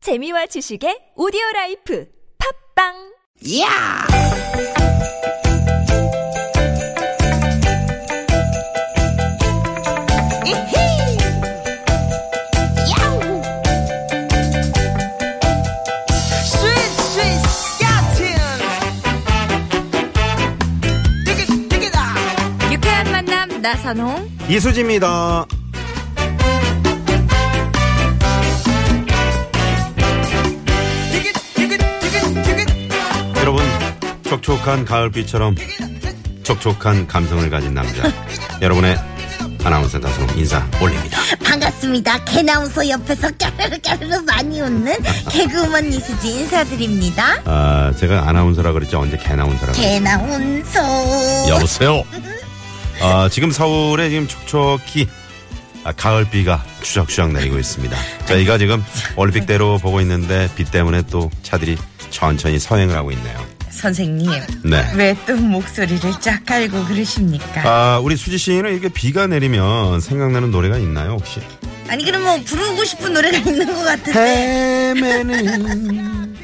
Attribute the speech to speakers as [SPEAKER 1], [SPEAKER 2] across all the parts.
[SPEAKER 1] 재미와 지식의 오디오 라이프 팝빵
[SPEAKER 2] 야! 이히! 야우! 스윗 스윗 스카틴! 띠기 띠기다!
[SPEAKER 1] 유쾌한 만남 나선홍
[SPEAKER 3] 이수지입니다.
[SPEAKER 2] 띠기 띠기 띠기 띠기
[SPEAKER 3] 여러분, 촉촉한 가을비처럼 촉촉한 감성을 가진 남자. 여러분의 아나운서 다솜 인사 올립니다.
[SPEAKER 4] 반갑습니다. 개나운서 옆에서 까르르 까르르 많이 웃는 개그우먼 이수지 인사드립니다.
[SPEAKER 3] 아, 제가 아나운서라 그랬죠. 언제 개나운서라 그랬죠.
[SPEAKER 4] 개나운서.
[SPEAKER 3] 여보세요? 아, 지금 서울에 지금 촉촉히 아, 가을비가 추적추적 내리고 있습니다. 저희가 지금 올림픽대로 보고 있는데 비 때문에 또 차들이 천천히 서행을 하고 있네요.
[SPEAKER 4] 선생님,
[SPEAKER 3] 네.
[SPEAKER 4] 왜 또 목소리를 쫙 깔고 그러십니까?
[SPEAKER 3] 아, 우리 수지 씨는 이렇게 비가 내리면 생각나는 노래가 있나요, 혹시?
[SPEAKER 4] 아니, 그럼 뭐 부르고 싶은 노래가 있는 것 같은데.
[SPEAKER 3] 헤매는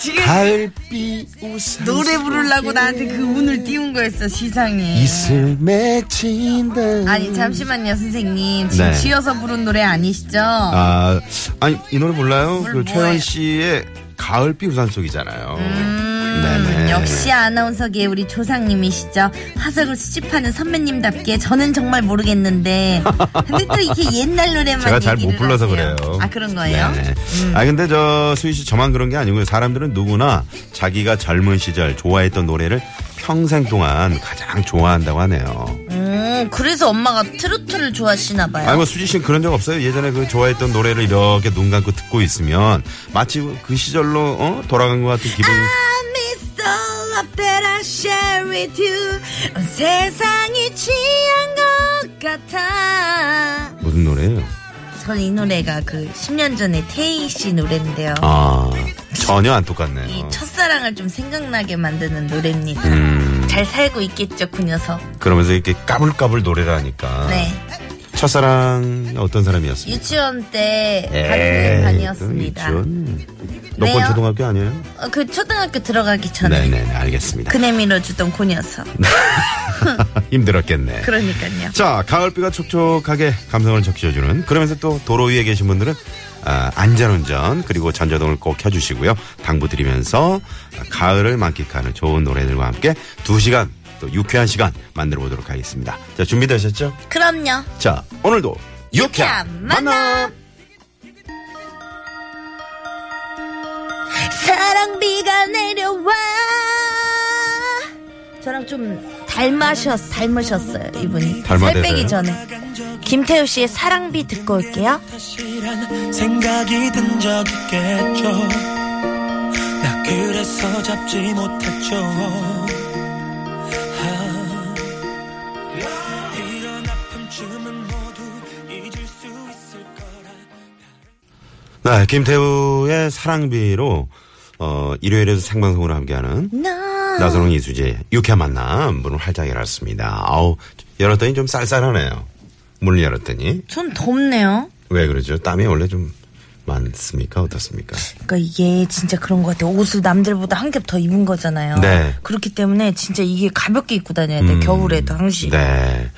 [SPEAKER 4] 지금
[SPEAKER 3] 달빛 우산
[SPEAKER 4] 노래 부르려고 나한테 그 운을 띄운 거였어, 시상에.
[SPEAKER 3] 이슬 맺힌다
[SPEAKER 4] 아니, 잠시만요, 선생님. 지금
[SPEAKER 3] 네.
[SPEAKER 4] 지어서 부른 노래 아니시죠?
[SPEAKER 3] 아 아니 이 노래 몰라요?
[SPEAKER 4] 뭘
[SPEAKER 3] 그
[SPEAKER 4] 뭐예요?
[SPEAKER 3] 최현 씨의 가을비 우산 속이잖아요
[SPEAKER 4] 음,
[SPEAKER 3] 네네.
[SPEAKER 4] 역시 아나운서계의 우리 조상님이시죠. 화석을 수집하는 선배님답게 저는 정말 모르겠는데. 근데 또 이게 옛날 노래만
[SPEAKER 3] 제가 잘 못
[SPEAKER 4] 얘기를
[SPEAKER 3] 불러서
[SPEAKER 4] 하세요.
[SPEAKER 3] 그래요.
[SPEAKER 4] 아 그런 거예요? 음.
[SPEAKER 3] 네네. 아 근데 저 수희 씨 저만 그런 게 아니고요. 사람들은 누구나 자기가 젊은 시절 좋아했던 노래를 평생 동안 가장 좋아한다고 하네요.
[SPEAKER 4] 음, 그래서 엄마가 트로트를 좋아하시나 봐요.
[SPEAKER 3] 아니 뭐 수지 씨는 그런 적 없어요? 예전에 그 좋아했던 노래를 이렇게 눈 감고 듣고 있으면 마치 그 시절로 어? 돌아간 것 같은 기분.
[SPEAKER 4] I miss all of that I share with you. 온 세상이 취한 것 같아.
[SPEAKER 3] 무슨 노래예요?
[SPEAKER 4] 전 이 노래가 그 10년 전에 태희 씨 노래인데요.
[SPEAKER 3] 아 전혀 안
[SPEAKER 4] 이
[SPEAKER 3] 똑같네요.
[SPEAKER 4] 첫사랑을 좀 생각나게 만드는 노래입니다.
[SPEAKER 3] 음
[SPEAKER 4] 잘 살고 있겠죠, 그 녀석.
[SPEAKER 3] 그러면서 이렇게 까불까불 노래를 하니까
[SPEAKER 4] 네.
[SPEAKER 3] 첫사랑 어떤 사람이었어요?
[SPEAKER 4] 유치원 때
[SPEAKER 3] 예,
[SPEAKER 4] 반대 반이었습니다.
[SPEAKER 3] 너건
[SPEAKER 4] 왜요?
[SPEAKER 3] 초등학교 아니에요?
[SPEAKER 4] 어, 그 초등학교 들어가기 전에
[SPEAKER 3] 네네네 네. 알겠습니다.
[SPEAKER 4] 그네 밀어주던 그 녀석.
[SPEAKER 3] 힘들었겠네.
[SPEAKER 4] 그러니까요.
[SPEAKER 3] 자, 가을비가 촉촉하게 감성을 적셔주는 그러면서 또 도로 위에 계신 분들은 아, 안전운전 그리고 전자등을 꼭 켜주시고요. 당부드리면서 가을을 만끽하는 좋은 노래들과 함께 두 시간 또 유쾌한 시간 만들어 보도록 하겠습니다. 자, 준비되셨죠?
[SPEAKER 4] 그럼요.
[SPEAKER 3] 자, 오늘도 유쾌한
[SPEAKER 4] 유쾌한 만남!
[SPEAKER 3] 만남!
[SPEAKER 4] 사랑비가 내려와. 저랑 좀 닮으셨, 닮으셨어요, 이분이.
[SPEAKER 3] 닮아대서요?
[SPEAKER 4] 살 빼기 전에. 김태우 씨의 사랑비 듣고 올게요.
[SPEAKER 5] 다시란 생각이 든 적 있겠죠 나 그래서 잡지 못했죠 아, 이런 아픔쯤은 모두 잊을 수 있을 거라
[SPEAKER 3] 네, 김태우의 사랑비로 어, 일요일에도 생방송으로 함께하는
[SPEAKER 4] 네. 나.
[SPEAKER 3] 나선홍 이수지 유쾌한 만남 문을 활짝 열었습니다. 아우 열었더니 좀 쌀쌀하네요. 문을 열었더니
[SPEAKER 4] 좀 덥네요.
[SPEAKER 3] 왜 그러죠? 땀이 원래 좀 많습니까? 어떻습니까?
[SPEAKER 4] 그러니까 이게 진짜 그런 것 같아요. 옷을 남들보다 한 겹 더 입은 거잖아요.
[SPEAKER 3] 네. 음.
[SPEAKER 4] 그렇기 때문에 진짜 이게 가볍게 입고 다녀야 돼. 겨울에 당시.
[SPEAKER 3] 네.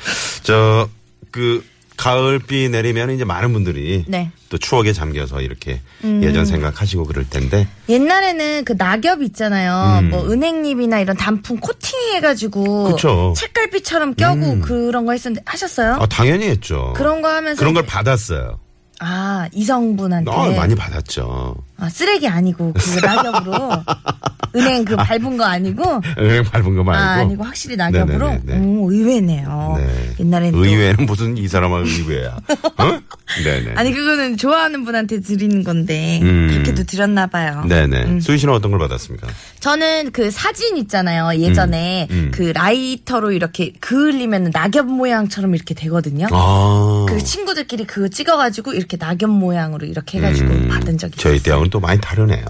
[SPEAKER 3] 저 그 가을비 내리면 이제 많은 분들이
[SPEAKER 4] 네. 음.
[SPEAKER 3] 또 추억에 잠겨서 이렇게 예전 생각하시고 그럴 텐데
[SPEAKER 4] 옛날에는 그 낙엽 있잖아요. 뭐 은행잎이나 이런 단풍 코팅 해가지고
[SPEAKER 3] 음. 그쵸. 음.
[SPEAKER 4] 책갈피처럼 껴고 그런 거 했었는데 하셨어요?
[SPEAKER 3] 아 당연히 했죠.
[SPEAKER 4] 그런 거 하면서
[SPEAKER 3] 그런 걸 받았어요.
[SPEAKER 4] 아 이성분한테
[SPEAKER 3] 어, 많이 받았죠.
[SPEAKER 4] 아, 쓰레기 아니고 그 낙엽으로 은행 그 밟은 거 아니고
[SPEAKER 3] 은행 네, 밟은 거 말고.
[SPEAKER 4] 아, 아니고 확실히 낙엽으로
[SPEAKER 3] 네네네.
[SPEAKER 4] 오 의외네요.
[SPEAKER 3] 네.
[SPEAKER 4] 옛날에는 또-
[SPEAKER 3] 의외는 무슨 이 사람은 의외야. 어? 네네.
[SPEAKER 4] 아니 그거는 좋아하는 분한테 드리는 건데
[SPEAKER 3] 음.
[SPEAKER 4] 그렇게도 음. 드렸나 봐요.
[SPEAKER 3] 네네. 수희 씨는 어떤 걸 받았습니까?
[SPEAKER 4] 저는 그 사진 있잖아요. 예전에
[SPEAKER 3] 음.
[SPEAKER 4] 그 라이터로 이렇게 그을리면 낙엽 모양처럼 이렇게 되거든요.
[SPEAKER 3] 아.
[SPEAKER 4] 그 친구들끼리 그거 찍어가지고 이렇게 낙엽 모양으로 이렇게 해가지고 받은 적이
[SPEAKER 3] 음, 저희
[SPEAKER 4] 있어요.
[SPEAKER 3] 때하고는 또 많이 다르네요.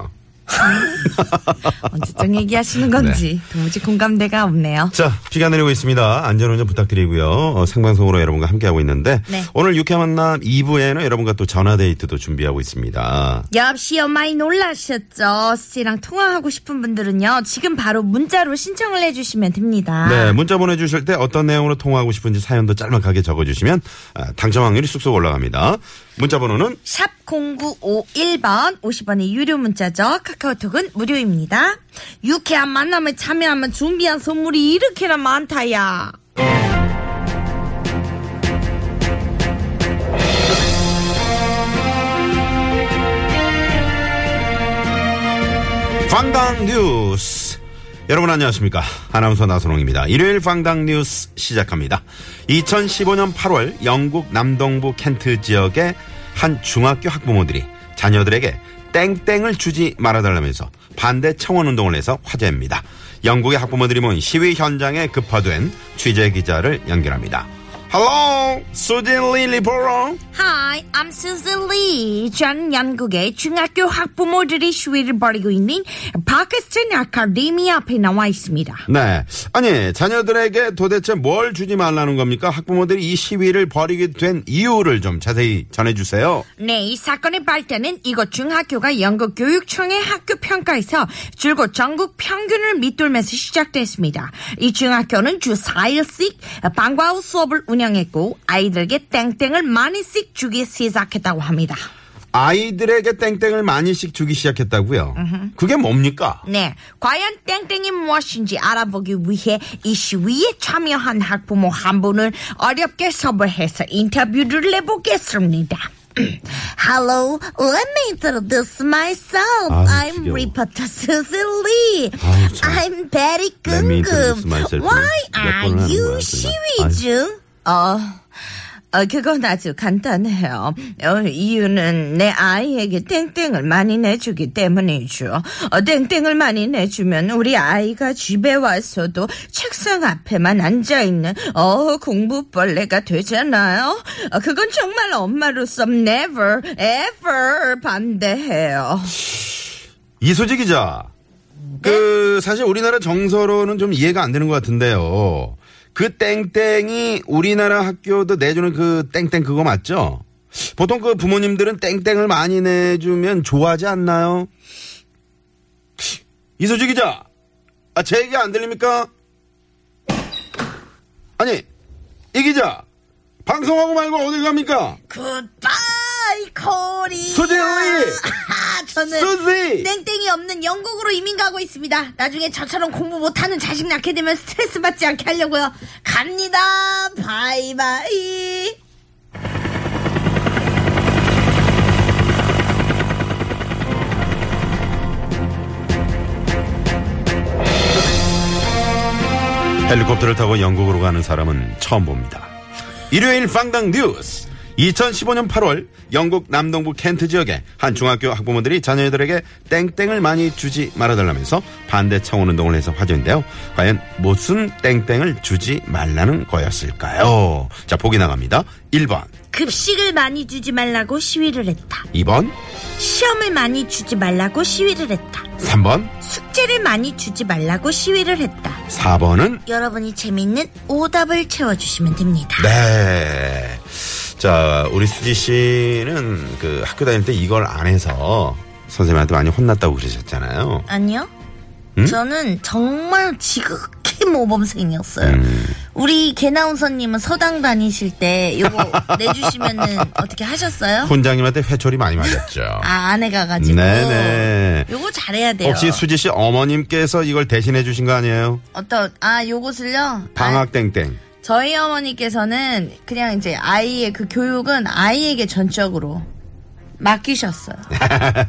[SPEAKER 4] 언제쯤 얘기하시는 건지
[SPEAKER 3] 네.
[SPEAKER 4] 도무지 공감대가 없네요.
[SPEAKER 3] 자, 비가 내리고 있습니다. 안전운전 부탁드리고요. 어, 생방송으로 여러분과 함께하고 있는데
[SPEAKER 4] 네.
[SPEAKER 3] 오늘 유쾌한 만남 2부에는 여러분과 또 전화데이트도 준비하고 있습니다.
[SPEAKER 4] 역시요 많이 놀라셨죠? 씨랑 통화하고 싶은 분들은요 지금 바로 문자로 신청을 해주시면 됩니다.
[SPEAKER 3] 네, 문자 보내주실 때 어떤 내용으로 통화하고 싶은지 사연도 짤막하게 적어주시면 아, 당첨 확률이 쑥쑥 올라갑니다. 문자 번호는
[SPEAKER 4] 샵 0951번 50원의 유료 문자죠. 카카오톡은 무료입니다. 유쾌한 만남에 참여하면 준비한 선물이 이렇게나 많다야.
[SPEAKER 3] 방당 뉴스. 여러분 안녕하십니까. 아나운서 나선홍입니다. 일요일 방당 뉴스 시작합니다. 2015년 8월 영국 남동부 켄트 지역의 한 중학교 학부모들이 자녀들에게 땡땡을 주지 말아달라면서 반대 청원 운동을 해서 화제입니다. 영국의 학부모들이 모인 시위 현장에 급파된 취재 기자를 연결합니다. Hello, 수진 릴리보로.
[SPEAKER 4] Hi, I'm Susan Lee. 전 영국의 중학교 학부모들이 시위를 벌이고 있는 파키스탄 아카데미 앞에 나와 있습니다.
[SPEAKER 3] 네. 아니, 자녀들에게 도대체 뭘 주지 말라는 겁니까? 학부모들이 이 시위를 벌이게 된 이유를 좀 자세히 전해주세요.
[SPEAKER 4] 네, 이 사건의 발단은 이곳 중학교가 영국 교육청의 학교 평가에서 줄곧 전국 평균을 밑돌면서 시작됐습니다. 이 중학교는 주 4일씩 방과 후 수업을 운영했고 아이들에게 땡땡을 많이씩 주기 시작했다고 합니다.
[SPEAKER 3] 아이들에게 땡땡을 많이씩 주기 시작했다고요? 그게 뭡니까?
[SPEAKER 4] 네, 과연 땡땡이 무엇인지 알아보기 위해 이 시위에 참여한 학부모 한 분을 어렵게 섭외해서 인터뷰를 해보겠습니다. Hello, let me introduce myself.
[SPEAKER 3] 아유,
[SPEAKER 4] I'm
[SPEAKER 3] 지겨워.
[SPEAKER 4] reporter Susan Lee.
[SPEAKER 3] 아유, 참.
[SPEAKER 4] I'm very
[SPEAKER 3] Let me introduce
[SPEAKER 4] 궁금.
[SPEAKER 3] myself.
[SPEAKER 4] Why
[SPEAKER 3] 몇 번을
[SPEAKER 4] are
[SPEAKER 3] 하는
[SPEAKER 4] you
[SPEAKER 3] 거야, 정말.
[SPEAKER 4] 시위
[SPEAKER 3] 아유.
[SPEAKER 4] 중? 어. 어, 그건 아주 간단해요. 어, 이유는 내 아이에게 땡땡을 많이 내주기 때문이죠. 어, 땡땡을 많이 내주면 우리 아이가 집에 와서도 책상 앞에만 앉아있는 어, 공부벌레가 되잖아요. 어, 그건 정말 엄마로서 never, ever 반대해요.
[SPEAKER 3] 이소지 기자. 그, 사실 우리나라 정서로는 좀 이해가 안 되는 것 같은데요. 그 땡땡이 우리나라 학교도 내주는 그 땡땡 그거 맞죠? 보통 그 부모님들은 땡땡을 많이 내주면 좋아하지 않나요? 이소지 기자! 아, 제 얘기 안 들립니까? 아니, 이 기자! 방송하고 말고 어디 갑니까?
[SPEAKER 4] 굿바이 코리.
[SPEAKER 3] 수진이!
[SPEAKER 4] 저는
[SPEAKER 3] 수지!
[SPEAKER 4] 땡땡이 없는 영국으로 이민 가고 있습니다. 나중에 저처럼 공부 못하는 자식 낳게 되면 스트레스 받지 않게 하려고요. 갑니다. 바이바이.
[SPEAKER 3] 헬리콥터를 타고 영국으로 가는 사람은 처음 봅니다. 일요일 빵당 뉴스. 2015년 8월 영국 남동부 켄트 지역의 한 중학교 학부모들이 자녀들에게 땡땡을 많이 주지 말아달라면서 반대 청원 운동을 해서 화제인데요. 과연 무슨 땡땡을 주지 말라는 거였을까요? 자, 보기 나갑니다. 1번,
[SPEAKER 4] 급식을 많이 주지 말라고 시위를 했다.
[SPEAKER 3] 2번,
[SPEAKER 4] 시험을 많이 주지 말라고 시위를 했다.
[SPEAKER 3] 3번,
[SPEAKER 4] 숙제를 많이 주지 말라고 시위를 했다.
[SPEAKER 3] 4번은
[SPEAKER 4] 여러분이 재밌는 오답을 채워주시면 됩니다.
[SPEAKER 3] 네. 자, 우리 수지 씨는 그 학교 다닐 때 이걸 안 해서 선생님한테 많이 혼났다고 그러셨잖아요.
[SPEAKER 4] 아니요. 저는 정말 지극히 모범생이었어요.
[SPEAKER 3] 음.
[SPEAKER 4] 우리 개나운서님은 서당 다니실 때 요거 내주시면은 어떻게 하셨어요?
[SPEAKER 3] 훈장님한테 회초리 많이 맞았죠.
[SPEAKER 4] 아, 안에 가가지고.
[SPEAKER 3] 네네.
[SPEAKER 4] 요거 잘해야 돼요.
[SPEAKER 3] 혹시 수지 씨 어머님께서 이걸 대신해 주신 거 아니에요?
[SPEAKER 4] 어떤, 아, 요것을요? 아,
[SPEAKER 3] 방학 땡땡.
[SPEAKER 4] 저희 어머니께서는 그냥 이제 아이의 그 교육은 아이에게 전적으로 맡기셨어요.
[SPEAKER 3] 예.
[SPEAKER 4] 아.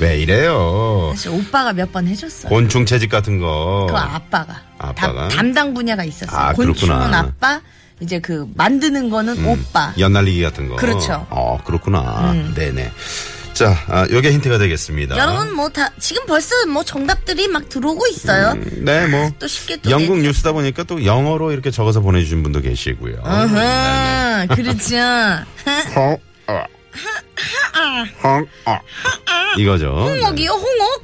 [SPEAKER 3] 왜 이래요?
[SPEAKER 4] 사실 오빠가 몇 번 해줬어요.
[SPEAKER 3] 곤충 채집 같은 거.
[SPEAKER 4] 그 아빠가,
[SPEAKER 3] 어. 아빠가?
[SPEAKER 4] 담, 담당 분야가 있었어요.
[SPEAKER 3] 아,
[SPEAKER 4] 곤충은
[SPEAKER 3] 그렇구나. 음.
[SPEAKER 4] 아빠, 이제 그 만드는 거는 오빠.
[SPEAKER 3] 연날리기 같은 거.
[SPEAKER 4] 아. 그렇죠. 음.
[SPEAKER 3] 어, 그렇구나. 네네. 자, 아, 요게 힌트가 되겠습니다.
[SPEAKER 4] 여러분 뭐 다 지금 벌써 뭐 정답들이 막 들어오고 있어요.
[SPEAKER 3] 음, 네, 뭐.
[SPEAKER 4] 또 쉽게 또
[SPEAKER 3] 영국 뉴스다 보니까 또 영어로 이렇게 적어서 보내주신 분도 계시고요. 네,
[SPEAKER 4] 응, 그렇죠. 아.
[SPEAKER 3] 헝, 어. 헝, 어. 이거죠.
[SPEAKER 4] 홍어기요, 홍어?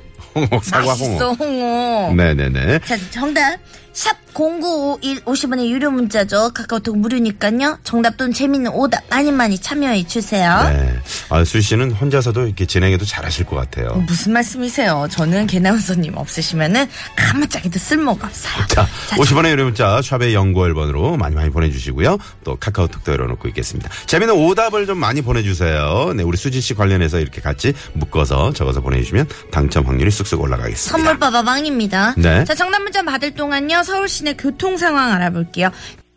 [SPEAKER 3] 홍옥, 사과
[SPEAKER 4] 아. 맛있어
[SPEAKER 3] 홍옥.
[SPEAKER 4] 홍어.
[SPEAKER 3] 네네네.
[SPEAKER 4] 자 정답 샵 0951 50원의 유료 문자죠. 카카오톡 무료니까요. 정답 또는 재밌는 오답 많이 많이 참여해 주세요.
[SPEAKER 3] 네. 아, 수희 씨는 혼자서도 이렇게 진행해도 잘하실 것 같아요.
[SPEAKER 4] 무슨 말씀이세요? 저는 개나운서님 없으시면은 가만짝이도 쓸모가 없어요.
[SPEAKER 3] 자, 50원의 유료 문자 샵의 연구 1번으로 많이 많이 보내주시고요. 또 카카오톡도 열어놓고 있겠습니다. 재미있는 오답을 좀 많이 보내주세요. 네, 우리 수지 씨 관련해서 이렇게 같이 묶어서 적어서 보내주시면 당첨 확률이 쑥쑥 올라가겠습니다.
[SPEAKER 4] 선물 빠바방입니다.
[SPEAKER 3] 네.
[SPEAKER 4] 자, 정답 문자 받을 동안요. 서울 시내 교통 상황 알아볼게요.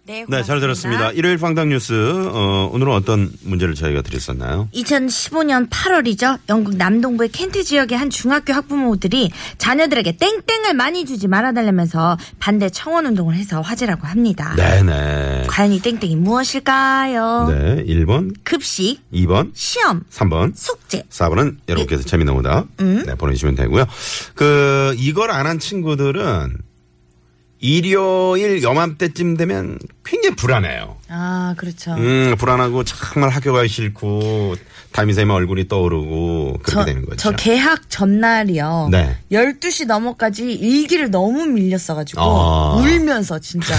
[SPEAKER 4] 네,
[SPEAKER 3] 네, 잘
[SPEAKER 4] 고맙습니다.
[SPEAKER 3] 들었습니다. 일요일 방당 뉴스 어, 오늘은 어떤 문제를 저희가 드렸었나요?
[SPEAKER 4] 2015년 8월이죠. 영국 남동부의 켄트 지역의 한 중학교 학부모들이 자녀들에게 땡땡을 많이 주지 말아달라면서 반대 청원 운동을 해서 화제라고 합니다.
[SPEAKER 3] 네네.
[SPEAKER 4] 과연 이 땡땡이 무엇일까요?
[SPEAKER 3] 네, 1번,
[SPEAKER 4] 급식,
[SPEAKER 3] 2번,
[SPEAKER 4] 시험,
[SPEAKER 3] 3번,
[SPEAKER 4] 숙제.
[SPEAKER 3] 4번은 여러분께서 재미있는 오답
[SPEAKER 4] 음.
[SPEAKER 3] 네, 보내주시면 되고요. 그 이걸 안 한 친구들은 일요일 여맘때쯤 되면 굉장히 불안해요.
[SPEAKER 4] 아, 그렇죠.
[SPEAKER 3] 음, 불안하고 정말 학교 가기 싫고 담임쌤의 얼굴이 떠오르고 그렇게
[SPEAKER 4] 저,
[SPEAKER 3] 되는 거죠.
[SPEAKER 4] 저 개학 전날이요.
[SPEAKER 3] 네.
[SPEAKER 4] 12시 넘어까지 일기를 너무 밀렸어가지고
[SPEAKER 3] 아.
[SPEAKER 4] 울면서 진짜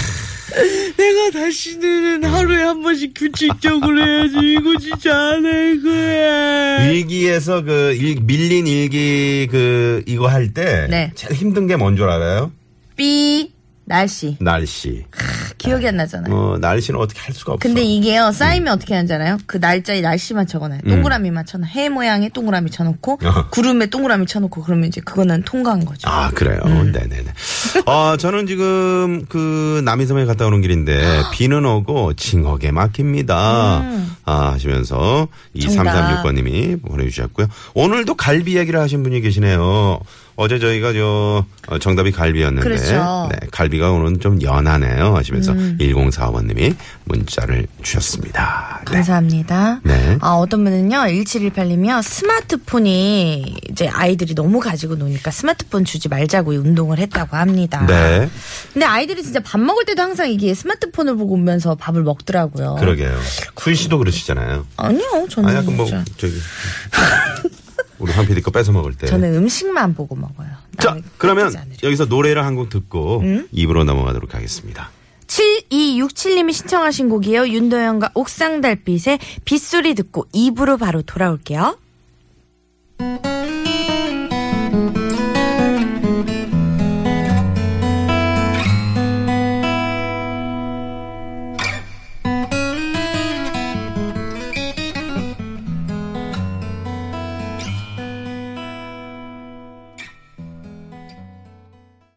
[SPEAKER 4] 내가
[SPEAKER 3] 음.
[SPEAKER 4] 다시는 하루에 한 번씩 규칙적으로 해야지 이거 진짜 안 할 거야.
[SPEAKER 3] 일기에서 그 일- 밀린 일기 그 이거 할 때
[SPEAKER 4] 네.
[SPEAKER 3] 제일 힘든 게 뭔 줄 알아요?
[SPEAKER 4] 삐 날씨
[SPEAKER 3] 날씨.
[SPEAKER 4] 기억이 안 나잖아요.
[SPEAKER 3] 어, 날씨는 어떻게 할 수가 없어.
[SPEAKER 4] 근데
[SPEAKER 3] 음.
[SPEAKER 4] 이게요 쌓이면 어떻게 하잖아요. 그 날짜에 날씨만 적어놔요. 동그라미만 쳐놔. 해 모양에 동그라미 쳐놓고
[SPEAKER 3] 어.
[SPEAKER 4] 구름에 동그라미 쳐놓고 그러면 이제 그거는 통과한 거죠.
[SPEAKER 3] 아, 그래요. 네네네. 아, 저는 지금 그 남이섬에 갔다 오는 길인데
[SPEAKER 4] 아.
[SPEAKER 3] 비는 오고 징역에 막힙니다. 아, 하시면서 이
[SPEAKER 4] 음. 정답.
[SPEAKER 3] 336번님이 보내주셨고요. 오늘도 갈비 이야기를 하신 분이 계시네요. 어제 저희가 저 어, 정답이 갈비였는데
[SPEAKER 4] 그렇죠. 음.
[SPEAKER 3] 네, 갈비가 오늘은 좀 연하네요 하시면서 1045번님이 문자를 주셨습니다. 네.
[SPEAKER 4] 감사합니다.
[SPEAKER 3] 네.
[SPEAKER 4] 아, 어떤 분은요, 1718님이요, 스마트폰이 이제 아이들이 너무 가지고 노니까 스마트폰 주지 말자고 운동을 했다고 합니다.
[SPEAKER 3] 네.
[SPEAKER 4] 근데 아이들이 진짜 밥 먹을 때도 항상 이게 스마트폰을 보고 오면서 밥을 먹더라고요.
[SPEAKER 3] 그러게요. 쿨 씨도 그러시잖아요.
[SPEAKER 4] 아니요, 저는.
[SPEAKER 3] 아, 약간 뭐
[SPEAKER 4] 진짜.
[SPEAKER 3] 저기 우리 황 PD 거 뺏어 먹을 때.
[SPEAKER 4] 저는 음식만 보고 먹어요.
[SPEAKER 3] 자,
[SPEAKER 4] 남의
[SPEAKER 3] 그러면
[SPEAKER 4] 뜯지 않으려고. 음?
[SPEAKER 3] 여기서 노래를 한 곡 듣고 입으로 넘어가도록 하겠습니다.
[SPEAKER 4] 7267님이 신청하신 곡이에요. 윤도현과 옥상달빛의 빗소리 듣고 입으로 바로 돌아올게요.